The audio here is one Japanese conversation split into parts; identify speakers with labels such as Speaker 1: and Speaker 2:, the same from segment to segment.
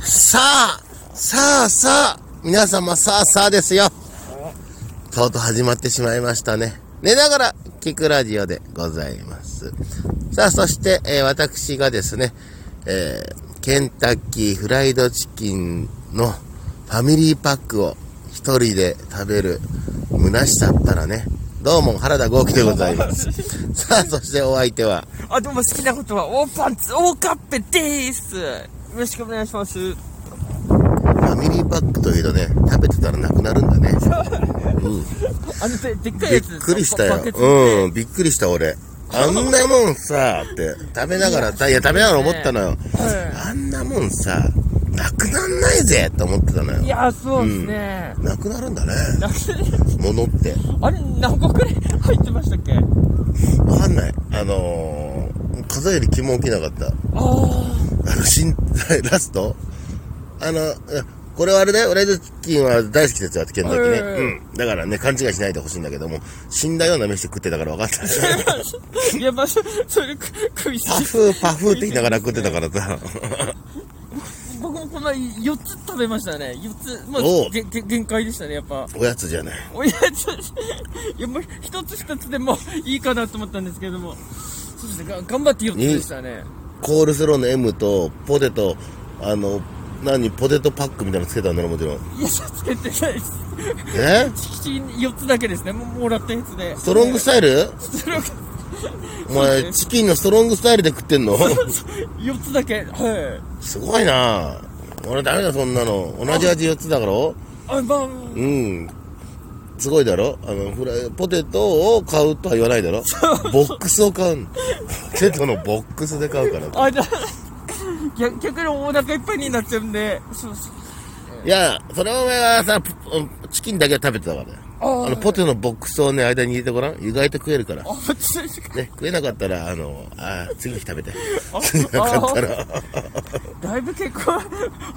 Speaker 1: さあ、さあさあ、皆様さあさあですよ。とうとう始まってしまいましたね。寝ながら聞くラジオでございます。さあ、そして、えー私がですね、えーケンタッキーフライドチキンのファミリーパックを一人で食べる虚しさったらね、どうも原田豪輝でございます。さあ、そしてお相手は、
Speaker 2: あ、どうも好きなことは、大パンツ、大カッペでーす。よろしくお願いします。
Speaker 1: ファミリーパックというとね、食べてたらなくなるんだね。
Speaker 2: あの、ででっか
Speaker 1: び
Speaker 2: い
Speaker 1: っ
Speaker 2: やつ。
Speaker 1: くりした
Speaker 2: バ
Speaker 1: よ
Speaker 2: バケ。ツって
Speaker 1: うん、びっくりした俺。あんなもんさ、って、食べながらさ、いや、食べながら思ったのよ。あんなもんさ、なくなんないぜと思ってたの
Speaker 2: い
Speaker 1: よ。
Speaker 2: や、そうですね。
Speaker 1: なくなるんだね。
Speaker 2: なくて
Speaker 1: 物って。
Speaker 2: あれ、何個くらい 入ってましたっけあ
Speaker 1: わかんない。あのー、数より気も起きなかった。
Speaker 2: あ
Speaker 1: あの、新、 ラストあの、うんこれはあれだよ、フライドチキンは大好きですよ、ケンタッキー
Speaker 2: は
Speaker 1: ね。
Speaker 2: いはいはい
Speaker 1: うん。だからね、勘違いしないでほしいんだけども、死んだような飯食ってたから分かった。
Speaker 2: ー。いや、まあ、そそれ、く食いし
Speaker 1: パフーパフーって言いながら食ってたからさ。
Speaker 2: 僕もこの前、4つ食べましたね。4つ。まあ
Speaker 1: おう、
Speaker 2: げげ限界でしたね、やっぱ。
Speaker 1: おやつじゃない。
Speaker 2: おやつ、いや、もう、一つ二つでも いいかなと思ったんですけれども。そうですね、が頑張って4つでしたね。
Speaker 1: コールスローの M と、ポテト、あの、何、ポテトパックみたいなのつけたんだろ、もちろん。
Speaker 2: いや、つけてないです。
Speaker 1: え
Speaker 2: チキチキ4つだけですね、ももらったやつで。
Speaker 1: ストロングスタイル
Speaker 2: ストロング
Speaker 1: お 前、チキンのストロングスタイルで食ってんの
Speaker 2: 4つだけ。はい。
Speaker 1: すごいな俺ダメだ、そんなの。同じ味4つだから
Speaker 2: あ、まあ、
Speaker 1: うん。すごいだろあの、フライ、ポテトを買うとは言わないだろボックスを買うの。ポテトのボックスで買うから。
Speaker 2: あ、じ ゃあ逆逆にお腹いっぱいになっちゃうんで、そうそ う。
Speaker 1: いや、それはお前はさ、ぷうんチキンだけは食べてたからだよ。
Speaker 2: あ
Speaker 1: あの、ポテトのボックスをね、間に入れてごらん。意外と食えるから。
Speaker 2: あ、そうですか
Speaker 1: ね、食えなかったら、あの、あー次の日食べて。
Speaker 2: あ
Speaker 1: 食えなかったら。
Speaker 2: あだいぶ結構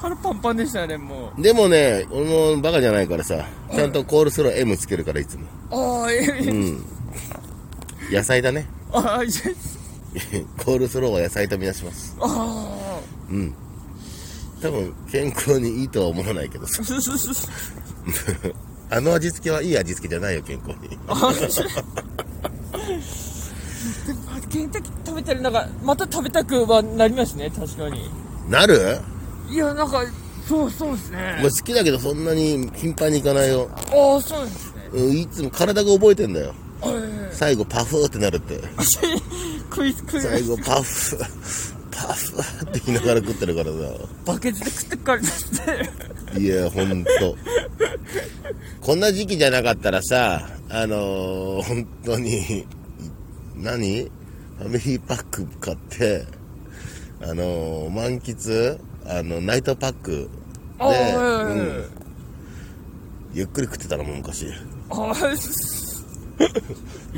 Speaker 2: 腹パンパンでしたね、もう。
Speaker 1: でもね、俺もバカじゃないからさ、ちゃんとコールスロー M つけるから、いつも。
Speaker 2: ああ、ええ
Speaker 1: うん。野菜だね。
Speaker 2: ああ、いや
Speaker 1: コールスローは野菜とみなします。
Speaker 2: あ
Speaker 1: うん。多分、健康にいいとは思わないけどさ。
Speaker 2: あ、そうそうそう
Speaker 1: あの味付けはいい味付けじゃないよ、健康に。
Speaker 2: あでもケンタッキー食べたらなんかまた食べたくはなりますね確かに
Speaker 1: なる
Speaker 2: いやなんかそうそうですね
Speaker 1: もう好きだけど、そんなに頻繁に行かないよ。
Speaker 2: ああそうですね
Speaker 1: うん、いつも体が覚えてんだよ。
Speaker 2: あえ
Speaker 1: 最後、パフーってなるって。
Speaker 2: え食い食い
Speaker 1: 最後パフパフって言いながら食ってるからさ
Speaker 2: バケツで食ってっからだって
Speaker 1: いやほんとこんな時期じゃなかったらさあのー、本当に何ファミリーパック買ってあのー、満喫あのナイトパック
Speaker 2: ああ
Speaker 1: で、
Speaker 2: はいはいはい
Speaker 1: うんゆっくり食ってたのもん昔
Speaker 2: ああ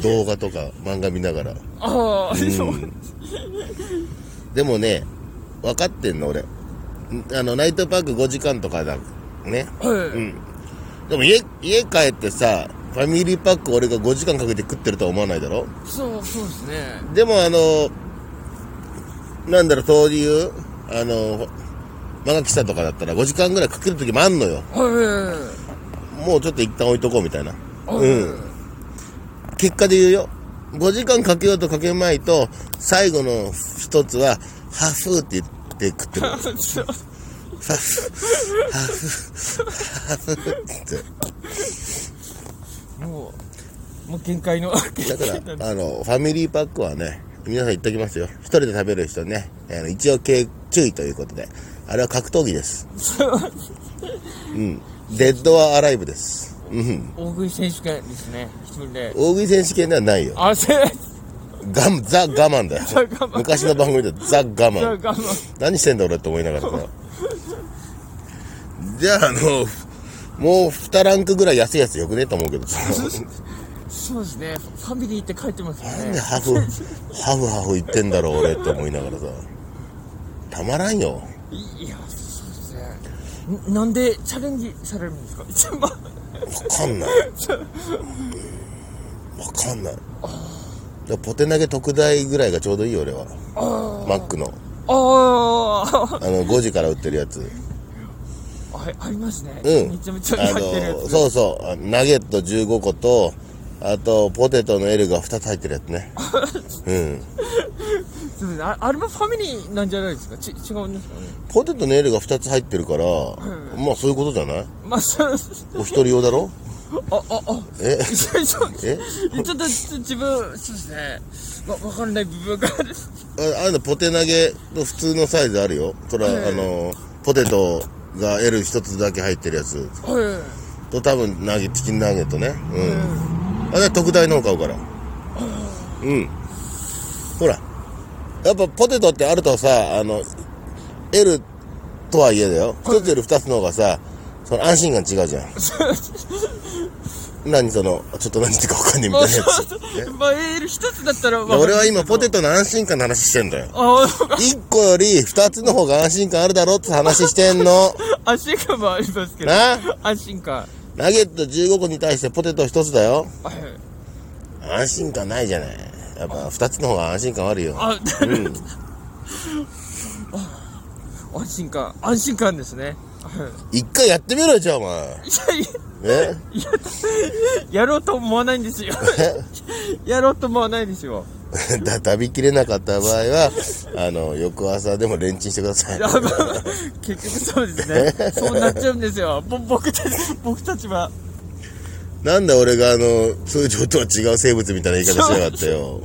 Speaker 1: 動画とか漫画見ながら
Speaker 2: ああそう
Speaker 1: でもね、分かってんの、俺。んあの、ナイトパーク5時間とかだ。ね。
Speaker 2: は
Speaker 1: う
Speaker 2: い
Speaker 1: ん。でも家、家帰ってさ、ファミリーパック俺が5時間かけて食ってるとは思わないだろ
Speaker 2: そうそうですね
Speaker 1: でもあの、なんだろう、そういう、あの、漫画喫茶とかだったら5時間ぐらいかける時もあんのよ。
Speaker 2: はいはいはい
Speaker 1: もうちょっと一旦置いとこうみたいな。
Speaker 2: あ
Speaker 1: うん。結果で言うよ。5時間かけようとかけまいと、最後の一つは、ハフーって言って食ってる。
Speaker 2: そう
Speaker 1: ハフ、ハフ、ハフって。
Speaker 2: もうもう限界のだ
Speaker 1: だから、あの、ファミリーパックはね、皆さん言っときますよ。一人で食べる人ね、あの一応警注意ということで。あれは格闘技です。うん。デッドアライブです。うん。
Speaker 2: 大食い選手権ですね一人で
Speaker 1: 大食い選手権ではないよ。
Speaker 2: あせっ
Speaker 1: ガン、ザ・我慢だよ
Speaker 2: ザ我。慢
Speaker 1: 昔の番組でザ・我
Speaker 2: あ
Speaker 1: 慢。
Speaker 2: 我慢
Speaker 1: 何してんだ俺って思いながらさ。じゃあ、あの、もう2ランクぐらい安いやつよくねと思うけどさ。
Speaker 2: そうですねファミリーって書いてますよ
Speaker 1: なん
Speaker 2: ね
Speaker 1: でハフ、ハフハフ言ってんだろう俺って思いながらさ。たまらんよ。
Speaker 2: いやそうですねんなんでチャレンジされるんですか一番
Speaker 1: わかんない。わかんない。いやポテ投げ特大ぐらいがちょうどいいよ俺は。マックの。
Speaker 2: ああ
Speaker 1: あの、5時から売ってるやつ。
Speaker 2: はい、ありますね。
Speaker 1: うん。
Speaker 2: めちゃめちゃ入ってるや
Speaker 1: あの
Speaker 2: つ。
Speaker 1: そうそうあの。ナゲット15個と、あと、ポテトの L が2つ入ってるやつ ね。うん。
Speaker 2: すみませんああれもファミリーなんじゃないですかち違うんですかね
Speaker 1: ポテトの L が2つ入ってるから、
Speaker 2: ん
Speaker 1: まあそういうことじゃない
Speaker 2: まあそう
Speaker 1: お一人用だろ
Speaker 2: あああ
Speaker 1: え
Speaker 2: ちょちょ
Speaker 1: え
Speaker 2: ちょっとちょ自分そうですねわわかんない部分がある
Speaker 1: ああのポテ投げの普通のサイズあるよ。それは、
Speaker 2: うん
Speaker 1: あの、ポテトが L1 つだけ入ってるやつ
Speaker 2: はい
Speaker 1: と多分ナゲチキンナゲットね。うん。あれは特大の方買うから。うん。ほら。やっぱポテトってあるとさ、あの、L とはいえだよ。一つより二つの方がさ、その安心感違うじゃん。 何その、ちょっと何言ってるかわかんねえみたい
Speaker 2: あ
Speaker 1: な や
Speaker 2: そう
Speaker 1: つ。
Speaker 2: そうまあエール一つだったらわかる
Speaker 1: 俺は今ポテト
Speaker 2: ト
Speaker 1: の安心感の話してんだよ。
Speaker 2: あそうか
Speaker 1: 一個より二つの方が安心感あるだろって話してんの。
Speaker 2: 安心感もありますけど
Speaker 1: な
Speaker 2: 安心感
Speaker 1: ナゲット15個に対してポテト一つだよ。
Speaker 2: はい
Speaker 1: 安心感ないじゃない。やっぱ二つの方が安心感あるよ。
Speaker 2: あ
Speaker 1: うん。
Speaker 2: 安心感安心感ですねは
Speaker 1: 一回やってみろよ、じゃあお前。
Speaker 2: いいや
Speaker 1: ね
Speaker 2: やろうと思わないんですよやろうと思わないですよ
Speaker 1: だ食べきれなかった場合は、あの、翌朝でもレンチンしてくだ さい。
Speaker 2: あまあ結局そうですね。そうなっちゃうんですよ。ぼ僕たち、僕たちは。
Speaker 1: なんだ俺があの、通常とは違う生物みたいな言い方しやがってよ。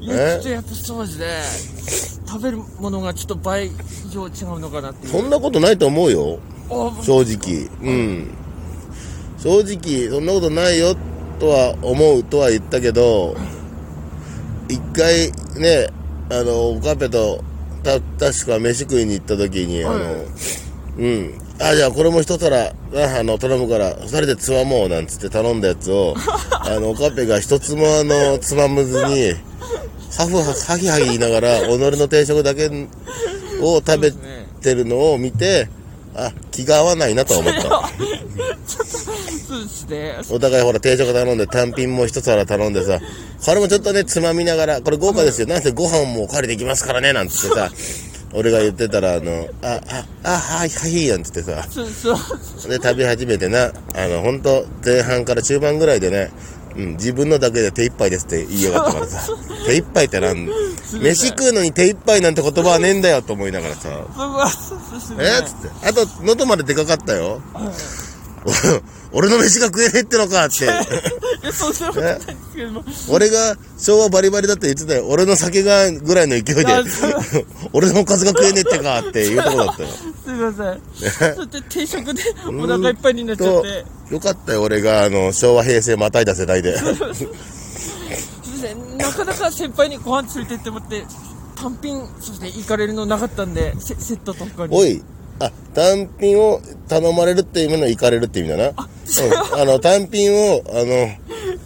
Speaker 2: いや、
Speaker 1: え
Speaker 2: ちょっとやっぱそうですね。食べるものがちょっと倍以上違うのかなっていう。
Speaker 1: そんなことないと思うよ。
Speaker 2: あ
Speaker 1: 正直。うん。正直、そんなことないよ、とは思うとは言ったけど、一回ね、あの、オカペと、た、確か飯食いに行った時に、あの、
Speaker 2: はい
Speaker 1: うん。あ、じゃあこれも一皿、ああの、頼むから、二人でつまもう、なんつって頼んだやつを、あの、オカペが一つもあの、つまむずに、ハフハハギハギ言いながら、己の定食だけを食べてるのを見て、あ、気が合わないなとは思 った。
Speaker 2: そうですね。
Speaker 1: お互いほら定食頼んで単品も一皿頼んでさ、これもちょっとね、つまみながら、これ豪華ですよ。なんせご飯もお借りできますからね、なんつってさ、俺が言ってたら、あの、あ、あ、あ、はい、はい、なんつってさ、
Speaker 2: そう、そう、
Speaker 1: で、食べ始めてな、あの、ほんと、前半から中盤ぐらいでね、うん、自分のだけで手一杯ですって言いやがったから さ、手一杯ってなん、
Speaker 2: いません
Speaker 1: 飯食うのに手一杯なんて言葉はねえんだよと思いながらさ、
Speaker 2: そう、そうですね。
Speaker 1: えっつって。あと、喉まででかかったよ。 俺の飯が食えねえってのか って。
Speaker 2: いや、そんなことないですけども。
Speaker 1: 俺が昭和バリバリだって言ってたよ。俺の酒がぐらいの勢いで
Speaker 2: あそ、
Speaker 1: 俺のおかずが食えねえってかっていうとこだ ったよ。
Speaker 2: すみません。ちょっと定食でお腹いっぱいになっちゃって。
Speaker 1: とよかったよ、俺が、あの、昭和平成またいだ世代で。
Speaker 2: すみません。なかなか先輩にご飯連れてってもらって、単品、そうですね、行かれるのなかったんで、セセットとかに。
Speaker 1: おい、あ、単品を頼まれるっていう意味の行かれるって意味だな。うん、あの、単品を、あの、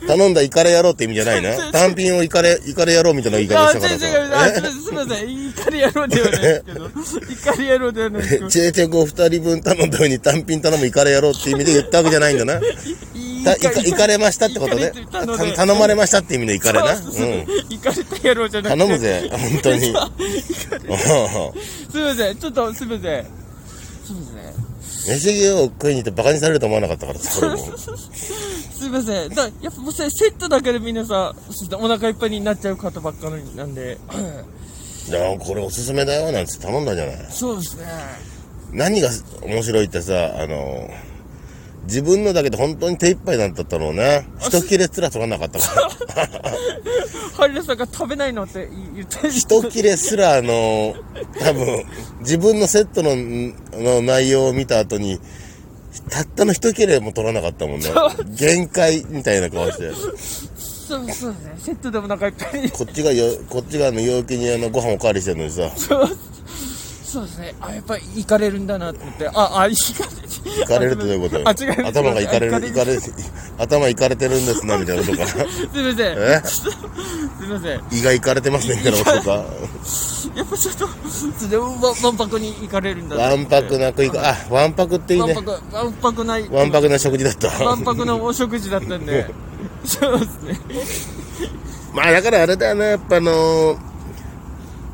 Speaker 1: 頼んだイカレ野郎って意味じゃない な。単品をイカレ、イカレ野郎みたいな言い方
Speaker 2: あ、
Speaker 1: し
Speaker 2: 違
Speaker 1: たか
Speaker 2: う
Speaker 1: らさ。
Speaker 2: 違う、あ、すみません、怒り野郎ではないですけど、怒り野郎ではないですけど、
Speaker 1: 定着を二人分頼んだように単品頼むイカレ野郎って意味で言ったわけじゃ ないんだな。たいかいかれましたってことね。た頼まれましたって意味のイカ
Speaker 2: か
Speaker 1: レな。
Speaker 2: れな。
Speaker 1: うん。
Speaker 2: 怒りた野郎じゃなくて。
Speaker 1: 頼むぜ、本当 に。
Speaker 2: すみません、ちょっとすみません。すみません。
Speaker 1: 飯食いを食いに行ってバカにされると思わなかったからさ、俺も。
Speaker 2: すみません。だやっぱもうせセットだけで皆さん、そうですねお腹いっぱいになっちゃう方ばっかりなんで、
Speaker 1: じゃあ、これおすすめだよ、なんつって頼んだじゃない。
Speaker 2: そうですね。
Speaker 1: 何が面白いってさ、あの、自分のだけで本当に手一杯なんだったろうな。一切れすら取らなかったから。
Speaker 2: ハリラさんが食べないのって言って
Speaker 1: 一切れすら、あの、多分、自分のセットのんの内容を見た後に、たったの一切れも取らなかったもんね。限界みたいな顔して。
Speaker 2: そうそうですね。セットでお腹いっぱいに。
Speaker 1: こっちがよ、こっちがあの、陽気にあの、ご飯おかわりしてるのにさ、
Speaker 2: そうそうですね。あ、やっぱり行かれるんだなって思って。あ、あ、行かれ
Speaker 1: 行かれるってどういうことよ。
Speaker 2: あ、違う。
Speaker 1: 頭がいかれる、いか
Speaker 2: る。
Speaker 1: れる、頭いかれてるんですな、みたいなことか。
Speaker 2: すみません。
Speaker 1: え
Speaker 2: すみません。
Speaker 1: 胃がいかれてますね、みたいなことか。
Speaker 2: やっぱちょっと、それでわわんぱくに行かれるんだな
Speaker 1: わ
Speaker 2: と思
Speaker 1: ん
Speaker 2: って
Speaker 1: ぱくな食いか、あ、わんぱくっていい
Speaker 2: わん
Speaker 1: ね
Speaker 2: ぱ。く、わんぱくない。
Speaker 1: わんぱくな食事だった。
Speaker 2: わんぱくのお食事だったんで。そうですね。
Speaker 1: まあだからあれだよね、やっぱあのー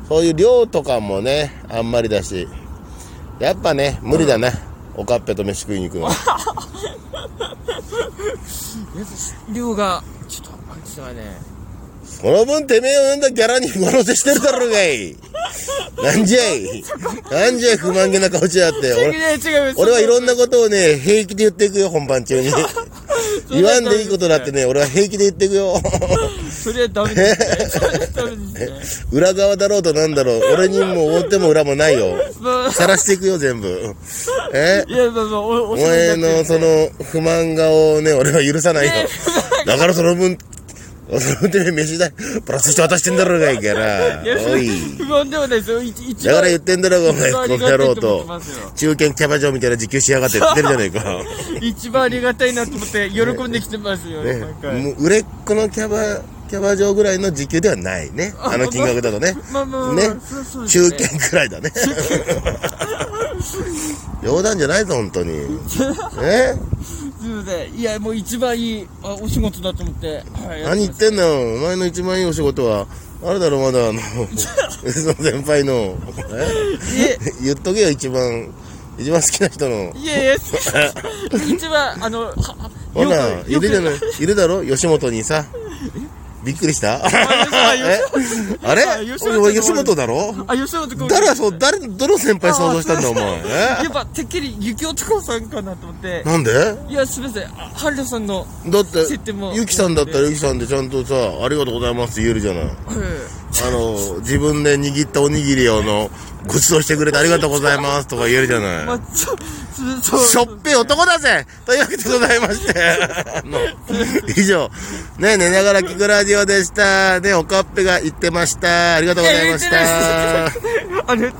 Speaker 1: そういう量とかもね、あんまりだし、やっぱね、無理だな。おかっぺと飯食いに行くの。
Speaker 2: 量がちょっとあいつはね
Speaker 1: その分てめえを呼んだギャラに不乗せしてるだろうがい。なんじゃい。なんじゃい不満げな顔しやがって。
Speaker 2: 違う
Speaker 1: 俺
Speaker 2: 違う違う
Speaker 1: 俺はいろん
Speaker 2: な
Speaker 1: なことをね、平気で言っていくよ、本番中 に。言わんでいいことだってね、俺は平気で言っていくよ。
Speaker 2: それはダメ ですねそれはダメですね
Speaker 1: 裏側だろうとなんだろう。俺にもう表も裏もないよ。
Speaker 2: まあ
Speaker 1: さらしていくよ、全部。え
Speaker 2: いやまあまあおお
Speaker 1: お
Speaker 2: 世話
Speaker 1: 前
Speaker 2: になって
Speaker 1: の
Speaker 2: る
Speaker 1: その不満顔をね、俺は許さないよ
Speaker 2: ね。
Speaker 1: だからその分、その分てめえ飯代、プラスして渡してんだろうがいいから。おい。
Speaker 2: 不満ではないですよい一
Speaker 1: だから言
Speaker 2: 番
Speaker 1: ってんだろうが、お前、この野郎と。中堅キャバ嬢みたいな時給しやがってって言ってるじゃねえ か。
Speaker 2: 一番ありがたいなと思って喜んできてますよ、なんか
Speaker 1: ね、もう売れっ子のキャバ、キャバ嬢ぐらいの時給ではないね。 あの金額だとね。
Speaker 2: まあまあまあ、
Speaker 1: ね
Speaker 2: そうそうで
Speaker 1: 中
Speaker 2: すね
Speaker 1: 堅くらい だね。冗談じゃないぞ、本当 に。え
Speaker 2: すいませんいやもう一番いいあお仕事だと思って、はい、
Speaker 1: 何言ってんだよ。お前の一番いいお仕事は、あれだろ、まだ、あの、その先輩の、
Speaker 2: え
Speaker 1: え言っとけよ、一番、一番好きな人の。
Speaker 2: い やいや好きです一番あのはは
Speaker 1: ほら
Speaker 2: よ、く
Speaker 1: いるじゃない、いるだろ吉本にさ。びっくりした
Speaker 2: あよ
Speaker 1: えあれ
Speaker 2: あ吉本
Speaker 1: お前吉本だろ
Speaker 2: あ吉本君
Speaker 1: 誰がそう、誰、どの先輩想像したんだ、お前。
Speaker 2: や
Speaker 1: え
Speaker 2: っぱてっきり雪男さんかなと思って
Speaker 1: なんでだ
Speaker 2: いやすみませんあ春田さんの
Speaker 1: って
Speaker 2: 知って、も
Speaker 1: ゆきさんだったらゆきさんでちゃんとさ、ありがとうございますって言えるじゃない。
Speaker 2: はい
Speaker 1: あの、自分で握ったおにぎりをあの、ごちそうしてくれてありがとうございますとか言えるじゃ
Speaker 2: ま
Speaker 1: な
Speaker 2: あ
Speaker 1: い。
Speaker 2: ちょそう
Speaker 1: し
Speaker 2: そ
Speaker 1: ょ
Speaker 2: う
Speaker 1: っぺい男だぜというわけでございま して、あの、以上、ね、寝ながら聞くラジオでした。ね、おかっぺが言ってました。ありがとうございまし
Speaker 2: いや言
Speaker 1: た
Speaker 2: っ。てないですあれ